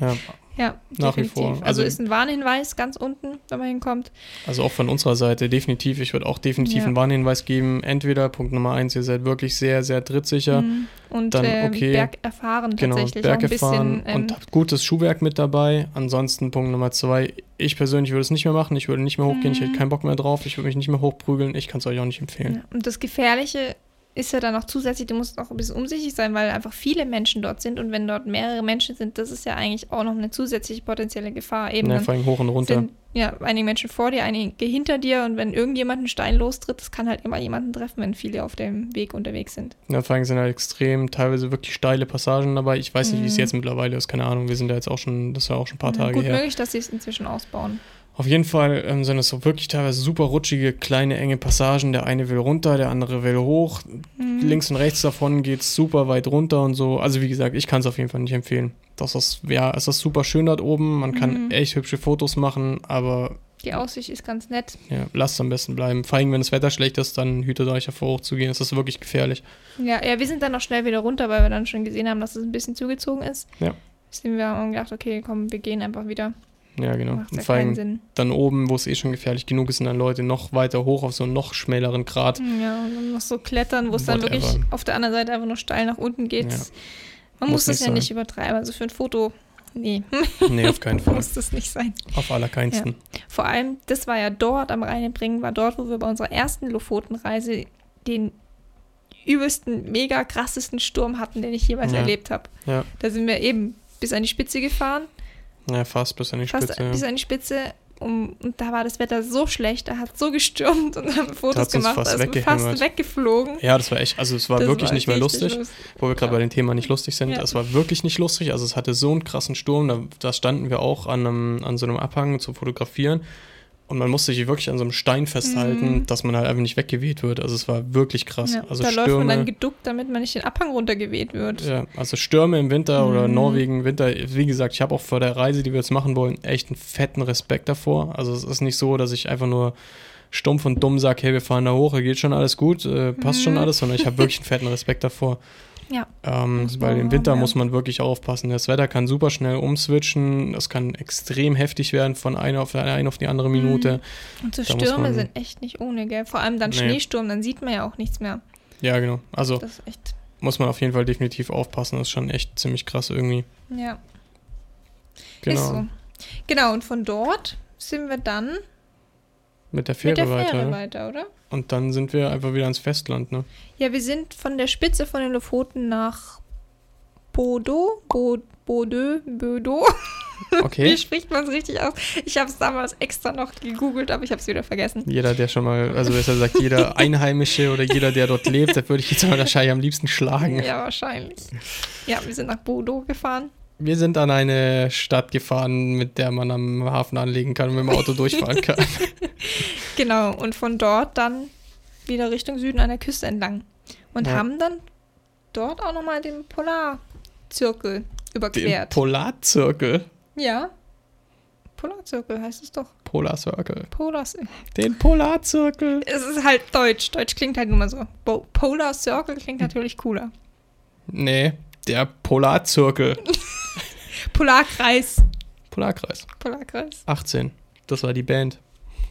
[SPEAKER 1] Ja,
[SPEAKER 2] Ja,
[SPEAKER 1] Nach wie
[SPEAKER 2] definitiv.
[SPEAKER 1] vor.
[SPEAKER 2] Also,
[SPEAKER 1] Also-
[SPEAKER 2] ist ein Warnhinweis ganz unten, wenn man hinkommt.
[SPEAKER 1] also auch von unserer Seite definitiv. Ich würde auch definitiv
[SPEAKER 2] Ja.
[SPEAKER 1] einen Warnhinweis geben. Entweder Punkt Nummer eins, ihr seid wirklich sehr, sehr trittsicher.
[SPEAKER 2] Mhm. Und
[SPEAKER 1] dann
[SPEAKER 2] äh,
[SPEAKER 1] okay.
[SPEAKER 2] Berg erfahren
[SPEAKER 1] Genau,
[SPEAKER 2] tatsächlich. auch
[SPEAKER 1] Berge
[SPEAKER 2] ein
[SPEAKER 1] fahren
[SPEAKER 2] bisschen, ähm,
[SPEAKER 1] und habt gutes Schuhwerk mit dabei. Ansonsten Punkt Nummer zwei, ich persönlich würde es nicht mehr machen, ich würde nicht mehr hochgehen, ich hätte keinen Bock mehr drauf, ich würde mich nicht mehr hochprügeln, ich kann es euch auch nicht empfehlen.
[SPEAKER 2] Mhm. ja. und das Gefährliche ist ja dann noch zusätzlich, du musst auch ein bisschen umsichtig sein, weil einfach viele Menschen dort sind und wenn dort mehrere Menschen sind, das ist ja eigentlich auch noch eine zusätzliche potenzielle Gefahr. Eben
[SPEAKER 1] Ja,
[SPEAKER 2] dann
[SPEAKER 1] Ne, vor allem hoch und runter.
[SPEAKER 2] sind ja einige Menschen vor dir, einige hinter dir und wenn irgendjemand einen Stein lostritt, das kann halt immer jemanden treffen, wenn viele auf dem Weg unterwegs sind.
[SPEAKER 1] ja, vor allem sind halt extrem, teilweise wirklich steile Passagen dabei. Ich weiß nicht, wie es jetzt mittlerweile ist, keine Ahnung, wir sind da jetzt auch schon, das ist ja auch schon ein paar Tage
[SPEAKER 2] Mhm. Gut
[SPEAKER 1] her.
[SPEAKER 2] möglich, dass sie es inzwischen ausbauen.
[SPEAKER 1] Auf jeden Fall ähm, sind es so wirklich teilweise super rutschige, kleine, enge Passagen. Der eine will runter, der andere will hoch.
[SPEAKER 2] Mhm.
[SPEAKER 1] Links und rechts davon geht es super weit runter und so. Also wie gesagt, ich kann es auf jeden Fall nicht empfehlen. Das ist, ja, es ist super schön dort oben. Man kann
[SPEAKER 2] Mhm.
[SPEAKER 1] echt hübsche Fotos machen, aber
[SPEAKER 2] Die Aussicht ist ganz nett.
[SPEAKER 1] ja, lasst am besten bleiben. Vor allem, wenn das Wetter schlecht ist, dann hütet euch davor hochzugehen. Es ist wirklich gefährlich.
[SPEAKER 2] Ja, ja, wir sind dann noch schnell wieder runter, weil wir dann schon gesehen haben, dass es ein bisschen zugezogen ist.
[SPEAKER 1] Ja.
[SPEAKER 2] Deswegen haben wir haben gedacht, okay, komm, wir gehen einfach wieder.
[SPEAKER 1] Ja, genau.
[SPEAKER 2] Macht ja
[SPEAKER 1] und vor allem
[SPEAKER 2] keinen Sinn.
[SPEAKER 1] dann oben, wo es eh schon gefährlich genug ist, sind dann Leute noch weiter hoch auf so einen noch schmäleren Grat.
[SPEAKER 2] Ja, und dann noch so klettern, wo es dann
[SPEAKER 1] Whatever.
[SPEAKER 2] wirklich auf der anderen Seite einfach nur steil nach unten geht.
[SPEAKER 1] Ja.
[SPEAKER 2] Man
[SPEAKER 1] Muss
[SPEAKER 2] muss, das
[SPEAKER 1] nicht
[SPEAKER 2] ja
[SPEAKER 1] sein.
[SPEAKER 2] nicht übertreiben. Also für ein Foto, nee,
[SPEAKER 1] nee, auf keinen Fall.
[SPEAKER 2] muss das nicht sein.
[SPEAKER 1] Auf allerkeinsten.
[SPEAKER 2] Vor allem, das war ja dort am Rheinebringen, war dort, wo wir bei unserer ersten Lofotenreise den übelsten, mega krassesten Sturm hatten, den ich jemals
[SPEAKER 1] Ja.
[SPEAKER 2] erlebt habe.
[SPEAKER 1] Ja.
[SPEAKER 2] Da sind wir eben bis an die Spitze gefahren,
[SPEAKER 1] Ja, fast bis an die
[SPEAKER 2] fast
[SPEAKER 1] Spitze. ja.
[SPEAKER 2] bis an die Spitze, um, und da war das Wetter so schlecht, da hat so gestürmt und haben Fotos
[SPEAKER 1] Hat's uns
[SPEAKER 2] gemacht,
[SPEAKER 1] fast
[SPEAKER 2] da ist man
[SPEAKER 1] weggehämmert.
[SPEAKER 2] fast weggeflogen.
[SPEAKER 1] Ja, das war echt, also es war
[SPEAKER 2] Das
[SPEAKER 1] wirklich
[SPEAKER 2] war
[SPEAKER 1] nicht mehr
[SPEAKER 2] richtig
[SPEAKER 1] lustig,
[SPEAKER 2] lustig.
[SPEAKER 1] wo wir gerade bei dem Thema nicht lustig sind.
[SPEAKER 2] Ja.
[SPEAKER 1] Es war wirklich nicht lustig, also es hatte so einen krassen Sturm, da, da standen wir auch an, einem, an so einem Abhang zu fotografieren und man musste sich wirklich an so einem Stein festhalten, dass man halt einfach nicht weggeweht wird. Also es war wirklich krass.
[SPEAKER 2] Mhm. Ja,
[SPEAKER 1] also
[SPEAKER 2] da
[SPEAKER 1] Stürme,
[SPEAKER 2] läuft man dann geduckt, damit man nicht den Abhang runtergeweht wird.
[SPEAKER 1] ja, also Stürme im Winter
[SPEAKER 2] Mhm.
[SPEAKER 1] oder Norwegen im Winter, wie gesagt, ich habe auch vor der Reise, die wir jetzt machen wollen, echt einen fetten Respekt davor. Also es ist nicht so, dass ich einfach nur stumpf und dumm sage, hey, wir fahren da hoch, geht schon alles gut, äh, passt schon alles, sondern ich habe wirklich einen fetten Respekt davor.
[SPEAKER 2] Mhm. Ja.
[SPEAKER 1] Ähm,
[SPEAKER 2] Muss
[SPEAKER 1] weil
[SPEAKER 2] man
[SPEAKER 1] im Winter
[SPEAKER 2] haben, ja.
[SPEAKER 1] muss man wirklich aufpassen. Das Wetter kann super schnell umswitchen, es kann extrem heftig werden von einer auf, einer auf die andere
[SPEAKER 2] Mhm.
[SPEAKER 1] Minute.
[SPEAKER 2] Und so
[SPEAKER 1] Da muss
[SPEAKER 2] Stürme
[SPEAKER 1] man-
[SPEAKER 2] sind echt nicht ohne, gell? Vor allem dann
[SPEAKER 1] Nee.
[SPEAKER 2] Schneesturm, dann sieht man ja auch nichts mehr.
[SPEAKER 1] Ja, genau. Also
[SPEAKER 2] Das ist echt,
[SPEAKER 1] muss man auf jeden Fall definitiv aufpassen. Das ist schon echt ziemlich krass irgendwie.
[SPEAKER 2] ja,
[SPEAKER 1] Genau.
[SPEAKER 2] ist so. Genau, und von dort sind wir dann
[SPEAKER 1] Mit der Fähre,
[SPEAKER 2] mit der
[SPEAKER 1] weiter.
[SPEAKER 2] Fähre
[SPEAKER 1] ne?
[SPEAKER 2] weiter, oder?
[SPEAKER 1] Und dann sind wir einfach wieder ans Festland, ne?
[SPEAKER 2] Ja, wir sind von der Spitze von den Lofoten nach Bodo, Bo, Bodö, Bödo. Wie
[SPEAKER 1] Okay.
[SPEAKER 2] spricht man es richtig aus? Ich habe es damals extra noch gegoogelt, aber ich habe es wieder vergessen.
[SPEAKER 1] jeder, der schon mal, also besser gesagt, jeder Einheimische oder jeder, der dort lebt, da würde ich jetzt mal wahrscheinlich am liebsten schlagen.
[SPEAKER 2] Ja, wahrscheinlich. Ja, wir sind nach Bodo gefahren.
[SPEAKER 1] Wir sind an eine Stadt gefahren, mit der man am Hafen anlegen kann und mit dem Auto durchfahren kann.
[SPEAKER 2] Genau, und von dort dann wieder Richtung Süden an der Küste entlang. Und
[SPEAKER 1] Ja.
[SPEAKER 2] haben dann dort auch nochmal den Polarzirkel
[SPEAKER 1] Den
[SPEAKER 2] überquert.
[SPEAKER 1] Polarzirkel.
[SPEAKER 2] ja. Polarzirkel heißt es doch.
[SPEAKER 1] Polarzirkel.
[SPEAKER 2] Polarzirkel.
[SPEAKER 1] Den Polarzirkel.
[SPEAKER 2] Es ist halt deutsch. Deutsch klingt halt nur mal so. Bo Polar Circle klingt natürlich cooler.
[SPEAKER 1] Nee, der Polarzirkel.
[SPEAKER 2] Polarkreis.
[SPEAKER 1] Polarkreis.
[SPEAKER 2] Polarkreis.
[SPEAKER 1] 18. Das war die Band.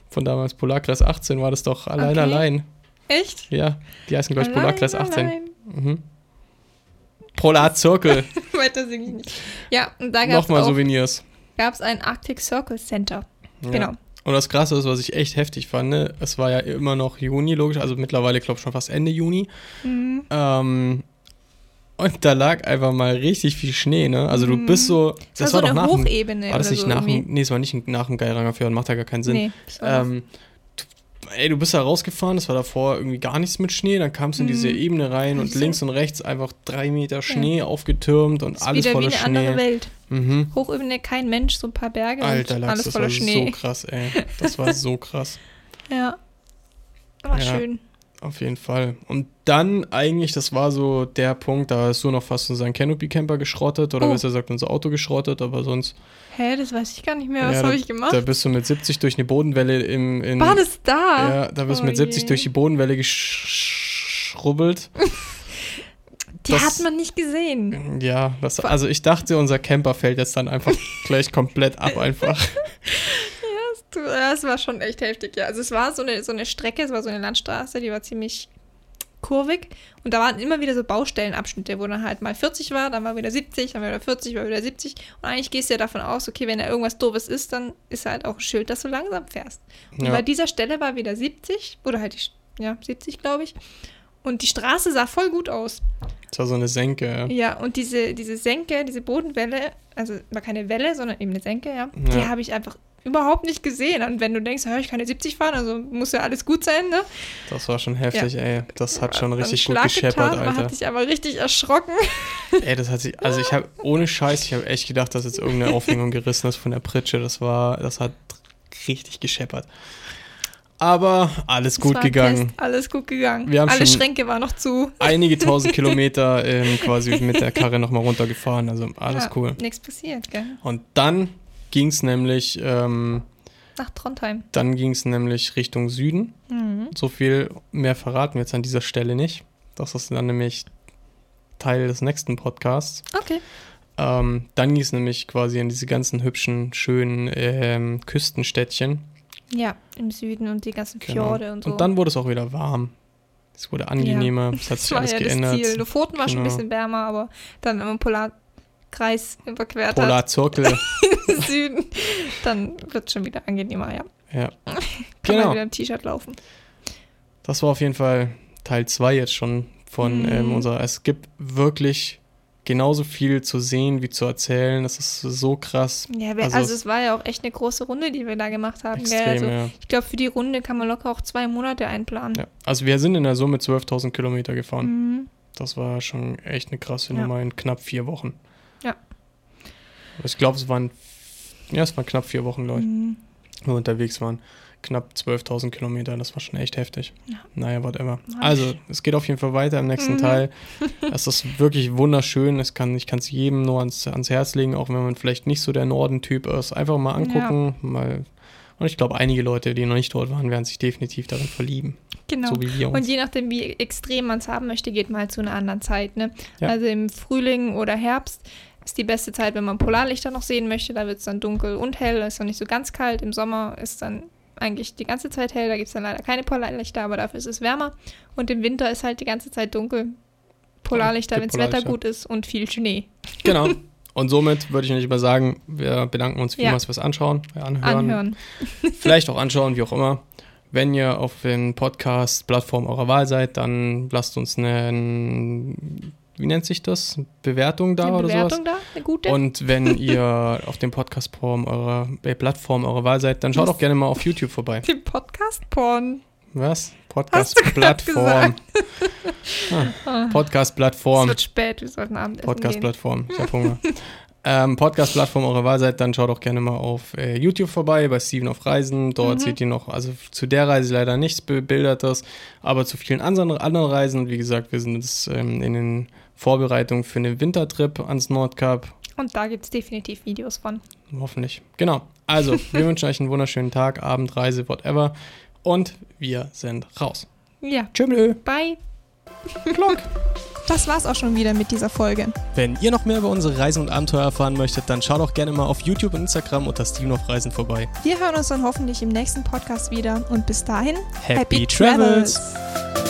[SPEAKER 1] Von damals Polarkreis 18 war das doch allein
[SPEAKER 2] Okay.
[SPEAKER 1] allein.
[SPEAKER 2] Echt?
[SPEAKER 1] Ja, die heißen glaube ich
[SPEAKER 2] Allein,
[SPEAKER 1] Polarkreis 18.
[SPEAKER 2] allein.
[SPEAKER 1] Mhm. Polarzirkel.
[SPEAKER 2] Weiter singe ich nicht. Ja, und da gab es
[SPEAKER 1] Nochmal
[SPEAKER 2] auch
[SPEAKER 1] Souvenirs.
[SPEAKER 2] gab's ein Arctic Circle Center.
[SPEAKER 1] Ja.
[SPEAKER 2] Genau.
[SPEAKER 1] Und das Krasse ist, was ich echt heftig fand, ne, es war ja immer noch Juni, logisch, also mittlerweile, glaube ich, schon fast Ende Juni.
[SPEAKER 2] Mhm.
[SPEAKER 1] Ähm, und da lag einfach mal richtig viel Schnee, ne? Also du bist so, das,
[SPEAKER 2] Das, Mhm. war,
[SPEAKER 1] doch
[SPEAKER 2] so
[SPEAKER 1] nach
[SPEAKER 2] eine
[SPEAKER 1] dem-
[SPEAKER 2] Hochebene.
[SPEAKER 1] War das
[SPEAKER 2] oder
[SPEAKER 1] nicht
[SPEAKER 2] so
[SPEAKER 1] nach dem,
[SPEAKER 2] irgendwie.
[SPEAKER 1] nee, es war nicht nach dem Geiranger Fjord, macht da gar keinen Sinn.
[SPEAKER 2] Nee, das war
[SPEAKER 1] Ähm, du, ey, du bist da rausgefahren, das war davor irgendwie gar nichts mit Schnee, dann kamst du in
[SPEAKER 2] Mhm.
[SPEAKER 1] diese Ebene rein und
[SPEAKER 2] Richtig.
[SPEAKER 1] links und rechts einfach drei Meter Schnee aufgetürmt und
[SPEAKER 2] das ist
[SPEAKER 1] alles
[SPEAKER 2] wieder wie
[SPEAKER 1] voller
[SPEAKER 2] eine andere
[SPEAKER 1] Schnee.
[SPEAKER 2] Welt.
[SPEAKER 1] Mhm.
[SPEAKER 2] Hochebene, kein Mensch, so ein paar Berge
[SPEAKER 1] Alter,
[SPEAKER 2] und
[SPEAKER 1] Lachs,
[SPEAKER 2] alles
[SPEAKER 1] das
[SPEAKER 2] voller
[SPEAKER 1] war so
[SPEAKER 2] Schnee.
[SPEAKER 1] krass, ey. Das war so krass.
[SPEAKER 2] ja. War
[SPEAKER 1] Ja.
[SPEAKER 2] schön.
[SPEAKER 1] Auf jeden Fall. Und dann eigentlich, das war so der Punkt, da hast du noch fast unseren Canopy Camper geschrottet oder
[SPEAKER 2] Oh.
[SPEAKER 1] besser gesagt unser Auto geschrottet, aber sonst.
[SPEAKER 2] Hä, das weiß ich gar nicht mehr.
[SPEAKER 1] ja,
[SPEAKER 2] Was
[SPEAKER 1] da-
[SPEAKER 2] habe ich gemacht?
[SPEAKER 1] Da bist du mit 70 durch eine Bodenwelle im. In,
[SPEAKER 2] war das da?
[SPEAKER 1] Ja, da bist du
[SPEAKER 2] Oh
[SPEAKER 1] mit 70
[SPEAKER 2] je.
[SPEAKER 1] durch die Bodenwelle geschrubbelt.
[SPEAKER 2] Die
[SPEAKER 1] das-
[SPEAKER 2] hat man nicht gesehen.
[SPEAKER 1] Ja, das, also ich dachte, unser Camper fällt jetzt dann einfach gleich komplett ab einfach.
[SPEAKER 2] Du, Das war schon echt heftig, ja. Also es war so eine, so eine Strecke, es war so eine Landstraße, die war ziemlich kurvig. Und da waren immer wieder so Baustellenabschnitte, wo dann halt mal 40 war, dann war wieder 70, dann war wieder 40, war wieder 70. Und eigentlich gehst du ja davon aus, okay, wenn da irgendwas Doofes ist, dann ist halt auch ein Schild, dass du langsam fährst. Und
[SPEAKER 1] Ja.
[SPEAKER 2] bei dieser Stelle war wieder 70, oder halt, die, Sch- ja, 70, glaube ich. Und die Straße sah voll gut aus.
[SPEAKER 1] Das war so eine Senke. ja.
[SPEAKER 2] Ja, und diese, diese Senke, diese Bodenwelle, also war keine Welle, sondern eben eine Senke, ja, die
[SPEAKER 1] Ja.
[SPEAKER 2] habe ich einfach überhaupt nicht gesehen. Und wenn du denkst, hör, ich kann ja 70 fahren, also muss ja alles gut sein, ne?
[SPEAKER 1] Das war schon heftig, ey. Das hat schon
[SPEAKER 2] Dann
[SPEAKER 1] richtig gut
[SPEAKER 2] Schlag
[SPEAKER 1] gescheppert,
[SPEAKER 2] getan, Man
[SPEAKER 1] Alter.
[SPEAKER 2] hat sich aber richtig erschrocken.
[SPEAKER 1] Ey, das hat sich, also ich habe ohne Scheiß, ich habe echt gedacht, dass jetzt irgendeine Aufhängung gerissen ist von der Pritsche. Das war, das hat richtig gescheppert. Aber alles
[SPEAKER 2] Es
[SPEAKER 1] gut
[SPEAKER 2] war ein
[SPEAKER 1] gegangen.
[SPEAKER 2] Test, alles gut gegangen.
[SPEAKER 1] Wir haben
[SPEAKER 2] Alle
[SPEAKER 1] schon-
[SPEAKER 2] Schränke waren noch zu.
[SPEAKER 1] Einige tausend Kilometer ähm, quasi mit der Karre nochmal runtergefahren. Also alles
[SPEAKER 2] ja,
[SPEAKER 1] cool.
[SPEAKER 2] Nichts passiert, gell?
[SPEAKER 1] Und dann ging es nämlich, ähm,
[SPEAKER 2] Nach Trondheim.
[SPEAKER 1] dann ging es nämlich Richtung Süden.
[SPEAKER 2] Mhm.
[SPEAKER 1] So viel mehr verraten wir jetzt an dieser Stelle nicht. Das ist dann nämlich Teil des nächsten Podcasts.
[SPEAKER 2] Okay.
[SPEAKER 1] Ähm, dann ging es nämlich quasi in diese ganzen hübschen, schönen ähm, Küstenstädtchen.
[SPEAKER 2] Ja, im Süden und die ganzen
[SPEAKER 1] Genau.
[SPEAKER 2] Fjorde und so.
[SPEAKER 1] dann wurde es auch wieder warm. Es wurde angenehmer, es hat
[SPEAKER 2] das
[SPEAKER 1] sich
[SPEAKER 2] war
[SPEAKER 1] alles
[SPEAKER 2] ja
[SPEAKER 1] geändert.
[SPEAKER 2] das Ziel. Lofoten war schon ein
[SPEAKER 1] Genau.
[SPEAKER 2] bisschen wärmer, aber dann im Polarkreis überquert hat.
[SPEAKER 1] Polarzirkel.
[SPEAKER 2] Süden, dann wird es schon wieder angenehmer, ja.
[SPEAKER 1] ja.
[SPEAKER 2] Kann man
[SPEAKER 1] Genau.
[SPEAKER 2] wieder im T-Shirt laufen.
[SPEAKER 1] Das war auf jeden Fall Teil 2 jetzt schon von
[SPEAKER 2] Mhm.
[SPEAKER 1] ähm, unserer. Es gibt wirklich genauso viel zu sehen wie zu erzählen. Das ist so krass.
[SPEAKER 2] Ja, wir, also, es war ja auch echt eine große Runde, die wir da gemacht haben.
[SPEAKER 1] Extrem,
[SPEAKER 2] gell? Also,
[SPEAKER 1] ja.
[SPEAKER 2] Ich glaube, für die Runde kann man locker auch zwei Monate einplanen.
[SPEAKER 1] ja. Also wir sind in der Summe 12.000 Kilometer gefahren.
[SPEAKER 2] Mhm.
[SPEAKER 1] Das war schon echt eine krasse
[SPEAKER 2] Ja.
[SPEAKER 1] Nummer in knapp vier Wochen.
[SPEAKER 2] Ja.
[SPEAKER 1] Ich glaube, es waren, ja, es waren knapp vier Wochen, glaube ich,
[SPEAKER 2] Mhm.
[SPEAKER 1] wo wir unterwegs waren. Knapp 12.000 Kilometer, das war schon echt heftig.
[SPEAKER 2] Ja.
[SPEAKER 1] Naja, whatever.
[SPEAKER 2] Mann.
[SPEAKER 1] Also, es geht auf jeden Fall weiter im nächsten
[SPEAKER 2] Mhm.
[SPEAKER 1] Teil. Es ist wirklich wunderschön. Es kann, ich kann es jedem nur ans, ans Herz legen, auch wenn man vielleicht nicht so der Norden-Typ ist. Einfach mal angucken. Mal. Und ich glaube, einige Leute, die noch nicht dort waren, werden sich definitiv darin verlieben.
[SPEAKER 2] Genau.
[SPEAKER 1] So wie wir uns.
[SPEAKER 2] Und je nachdem, wie extrem man es haben möchte, geht man halt zu einer anderen Zeit. Ne?
[SPEAKER 1] Ja.
[SPEAKER 2] Also im Frühling oder Herbst ist die beste Zeit, wenn man Polarlichter noch sehen möchte. Da wird es dann dunkel und hell, ist noch nicht so ganz kalt. Im Sommer ist dann eigentlich die ganze Zeit hell, da gibt es dann leider keine Polarlichter, aber dafür ist es wärmer. Und im Winter ist halt die ganze Zeit dunkel. Polarlichter,
[SPEAKER 1] Ja,
[SPEAKER 2] wenn
[SPEAKER 1] gibt
[SPEAKER 2] das Wetter
[SPEAKER 1] Polarlichter.
[SPEAKER 2] gut ist und viel Schnee.
[SPEAKER 1] Genau. Und somit würde ich nicht mal sagen, wir bedanken uns vielmals fürs Anschauen, äh, Anhören,
[SPEAKER 2] Anhören.
[SPEAKER 1] vielleicht auch anschauen, wie auch immer. Wenn ihr auf den Podcast-Plattformen eurer Wahl seid, dann lasst uns eine, wie nennt sich das, Bewertung da
[SPEAKER 2] Eine
[SPEAKER 1] oder sowas.
[SPEAKER 2] Bewertung da, eine gute.
[SPEAKER 1] Und wenn ihr auf den Podcast-Plattform eurer, äh, Plattform eurer Wahl seid, dann schaut auch gerne mal auf YouTube vorbei.
[SPEAKER 2] den Podcast-Porn.
[SPEAKER 1] Was?
[SPEAKER 2] Hast du grad
[SPEAKER 1] Podcast-Plattform. Ah,
[SPEAKER 2] Es
[SPEAKER 1] Podcast-Plattform.
[SPEAKER 2] wird spät, wir sollten Abendessen gehen.
[SPEAKER 1] Podcast-Plattform. Ich habe Hunger. ähm, Podcast-Plattform eurer Wahl seid, dann schaut auch gerne mal auf äh, YouTube vorbei, bei Steven auf Reisen. Dort seht ihr noch, also zu der Reise leider nichts Bebildertes, aber zu vielen anderen, anderen Reisen. Und wie gesagt, wir sind jetzt ähm, in den Vorbereitungen für einen Wintertrip ans Nordkap.
[SPEAKER 2] Und da gibt es definitiv Videos von.
[SPEAKER 1] Hoffentlich. Genau. Also, wir wünschen euch einen wunderschönen Tag, Abend, Reise, whatever. Und wir sind raus.
[SPEAKER 2] Ja,
[SPEAKER 1] Tschüss.
[SPEAKER 2] bye.
[SPEAKER 1] Glock.
[SPEAKER 3] Das war's auch schon wieder mit dieser Folge.
[SPEAKER 1] Wenn ihr noch mehr über unsere Reisen und Abenteuer erfahren möchtet, dann schaut auch gerne mal auf YouTube und Instagram unter Steven auf Reisen vorbei.
[SPEAKER 3] Wir hören uns dann hoffentlich im nächsten Podcast wieder und bis dahin
[SPEAKER 1] Happy Travels!
[SPEAKER 3] Travels.